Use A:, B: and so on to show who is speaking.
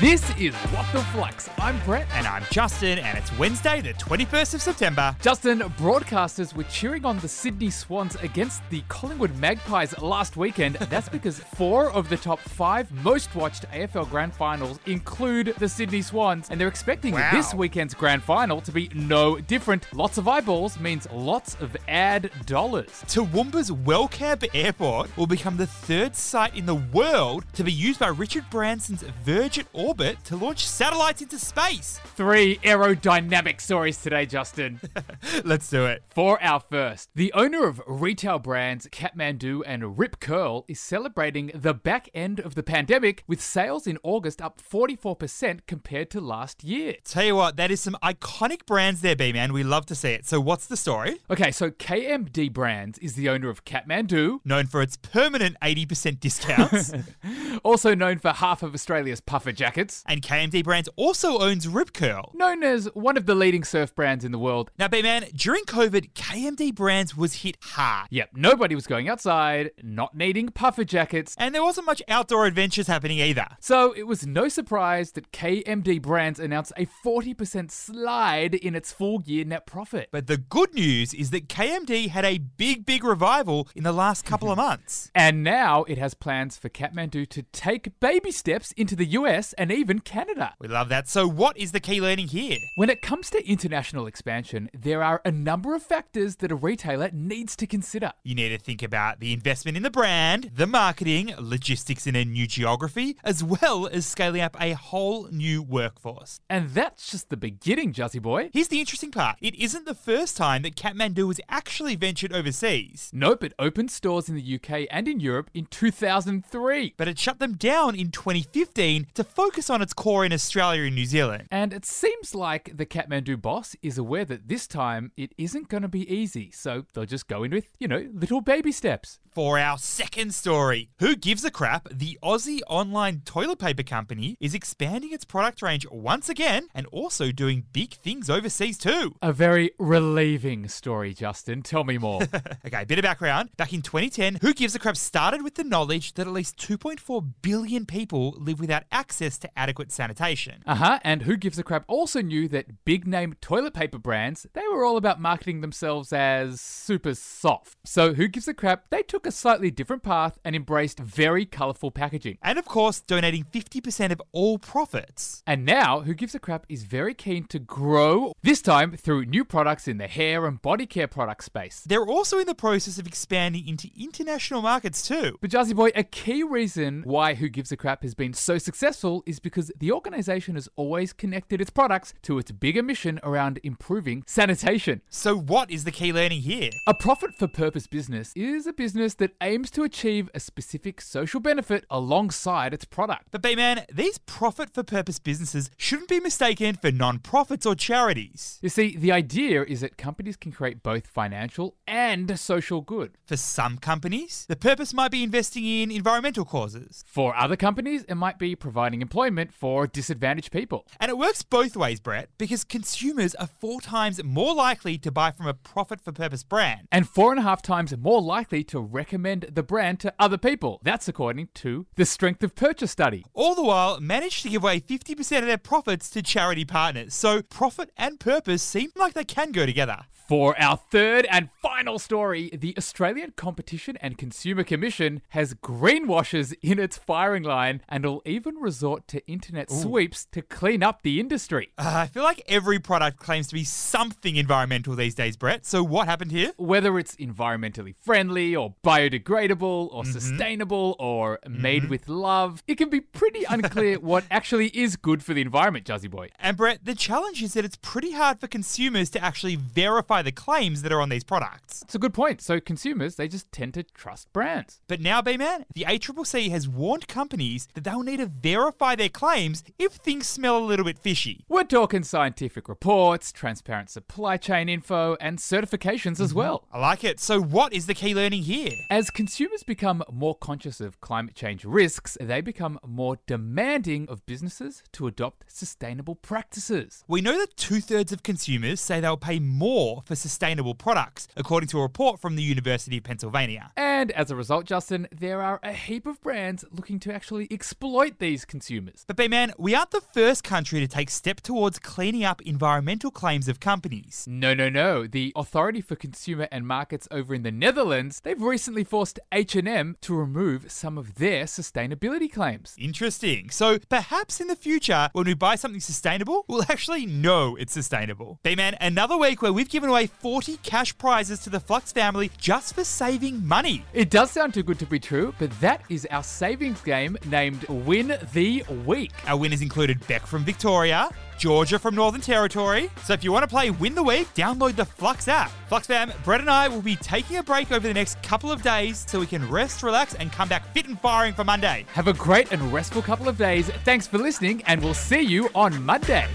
A: This is What the Flux. I'm Brett.
B: And I'm Justin, and it's Wednesday, the 21st of September.
A: Justin, broadcasters were cheering on the Sydney Swans against the Collingwood Magpies last weekend. That's because four of the top five most watched AFL grand finals include the Sydney Swans, and they're expecting
B: Wow.
A: this weekend's grand final to be no different. Lots of eyeballs means lots of ad dollars.
B: Toowoomba's Wellcamp Airport will become the third site in the world to be used by Richard Branson's Virgin Orbit to launch satellites into space.
A: Three aerodynamic stories today, Justin.
B: Let's do it.
A: For our first, the owner of retail brands Kathmandu and Rip Curl is celebrating the back end of the pandemic with sales in August up 44% compared to last year.
B: Tell you what, that is some iconic brands there, B Man. We love to see it. So, what's the story?
A: Okay, so KMD Brands is the owner of Kathmandu,
B: Known for its permanent 80% discounts,
A: also known for half of Australia's puffer jackets,
B: and KMD Brands also owns Rip Curl.
A: known as one of the leading surf brands in the world.
B: Now, B Man, during COVID, KMD Brands was hit hard.
A: Yep, nobody was going outside, not needing puffer jackets,
B: And there wasn't much outdoor adventures happening either.
A: So it was no surprise that KMD Brands announced a 40% slide in its full year net profit.
B: But the good news is that KMD had a big, big revival in the last couple of months.
A: And now it has plans for Kathmandu to take baby steps into the US and even Canada.
B: We love that. So, what is the key learning here?
A: When it comes to international expansion, there are a number of factors that a retailer needs to consider.
B: You need to think about the investment in the brand, the marketing, logistics in a new geography, as well as scaling up a whole new workforce.
A: And that's just the beginning, Juzzy Boy.
B: Here's the interesting part it isn't the first time that Kathmandu has actually ventured overseas,
A: Nope, it opened stores in the UK and in Europe in 2003.
B: but it shut them down in 2015 to focus on its core in Australia and New Zealand.
A: And it seems like the Kathmandu boss is aware that this time it isn't going to be easy, so they'll just go in with, you know, little baby steps.
B: For our second story, who gives a crap? The Aussie online toilet paper company is expanding its product range once again and also doing big things overseas too.
A: A very relieving story, Justin. Tell me more.
B: Okay, bit of background. Back in 2010, Who Gives a Crap started with the knowledge that at least 2.4 billion people live without access to adequate sanitation.
A: uh huh. And Who Gives a Crap also knew that big name toilet paper brands, they were all about marketing themselves as super soft. So Who Gives a Crap, they took a slightly different path and embraced very colourful packaging.
B: And of course, donating 50% of all profits.
A: And now, Who Gives a Crap is very keen to grow, this time through new products in the hair and body care product space.
B: They're also in the process of expanding into international markets too.
A: But Jazzy Boy, a key reason why Who Gives a Crap has been so successful is because the organization has always connected its products to its bigger mission around improving sanitation.
B: So, what is the key learning here?
A: A profit for purpose business is a business that aims to achieve a specific social benefit alongside its product.
B: But B-Man, these profit-for-purpose businesses shouldn't be mistaken for non-profits or charities.
A: You see, the idea is that companies can create both financial and social good.
B: For some companies, the purpose might be investing in environmental causes.
A: For other companies, it might be providing employment for disadvantaged people.
B: And it works both ways, Brett, because consumers are four times more likely to buy from a profit-for-purpose brand.
A: and four and a half times more likely to recommend the brand to other people. That's according to the Strength of Purchase study.
B: All the while, manage to give away 50% of their profits to charity partners. So profit and purpose seem like they can go together.
A: For our third and final story, the Australian Competition and Consumer Commission has greenwashers in its firing line and will even resort to internet sweeps to clean up the industry.
B: Uh, I feel like every product claims to be something environmental these days, Brett. So what happened here?
A: Whether it's environmentally friendly or biodegradable or sustainable or made with love, it can be pretty unclear what actually is good for the environment, Jazzy Boy.
B: And Brett, the challenge is that it's pretty hard for consumers to actually verify the claims that are on these products.
A: It's a good point. So consumers, they just tend to trust brands.
B: But now, B-Man, the ACCC has warned companies that they'll need to verify their claims if things smell a little bit fishy.
A: We're talking scientific reports, transparent supply chain info, and certifications as well.
B: I like it. So what is the key learning here? bad.
A: As consumers become more conscious of climate change risks, they become more demanding of businesses to adopt sustainable practices.
B: We know that two thirds of consumers say they'll pay more for sustainable products, according to a report from the University of Pennsylvania.
A: And as a result, Justin, there are a heap of brands looking to actually exploit these consumers.
B: But, B Man, we aren't the first country to take step towards cleaning up environmental claims of companies.
A: No, no, no. The Authority for Consumer and Markets over in the Netherlands, they've recently forced H&M to remove some of their sustainability claims.
B: Interesting. So perhaps in the future, when we buy something sustainable, we'll actually know it's sustainable. B Man, another week where we've given away 40 cash prizes to the Flux family just for saving money.
A: It does sound too good to be true, but that is our savings game named Win the Week.
B: Our winners included Beck from Victoria, Georgia from Northern Territory. So if you want to play Win the Week, download the Flux app. Flux fam, Brett and I will be taking a break over the next couple of days so we can rest, relax, and come back fit and firing for Monday.
A: Have a great and restful couple of days. Thanks for listening, and we'll see you on Monday.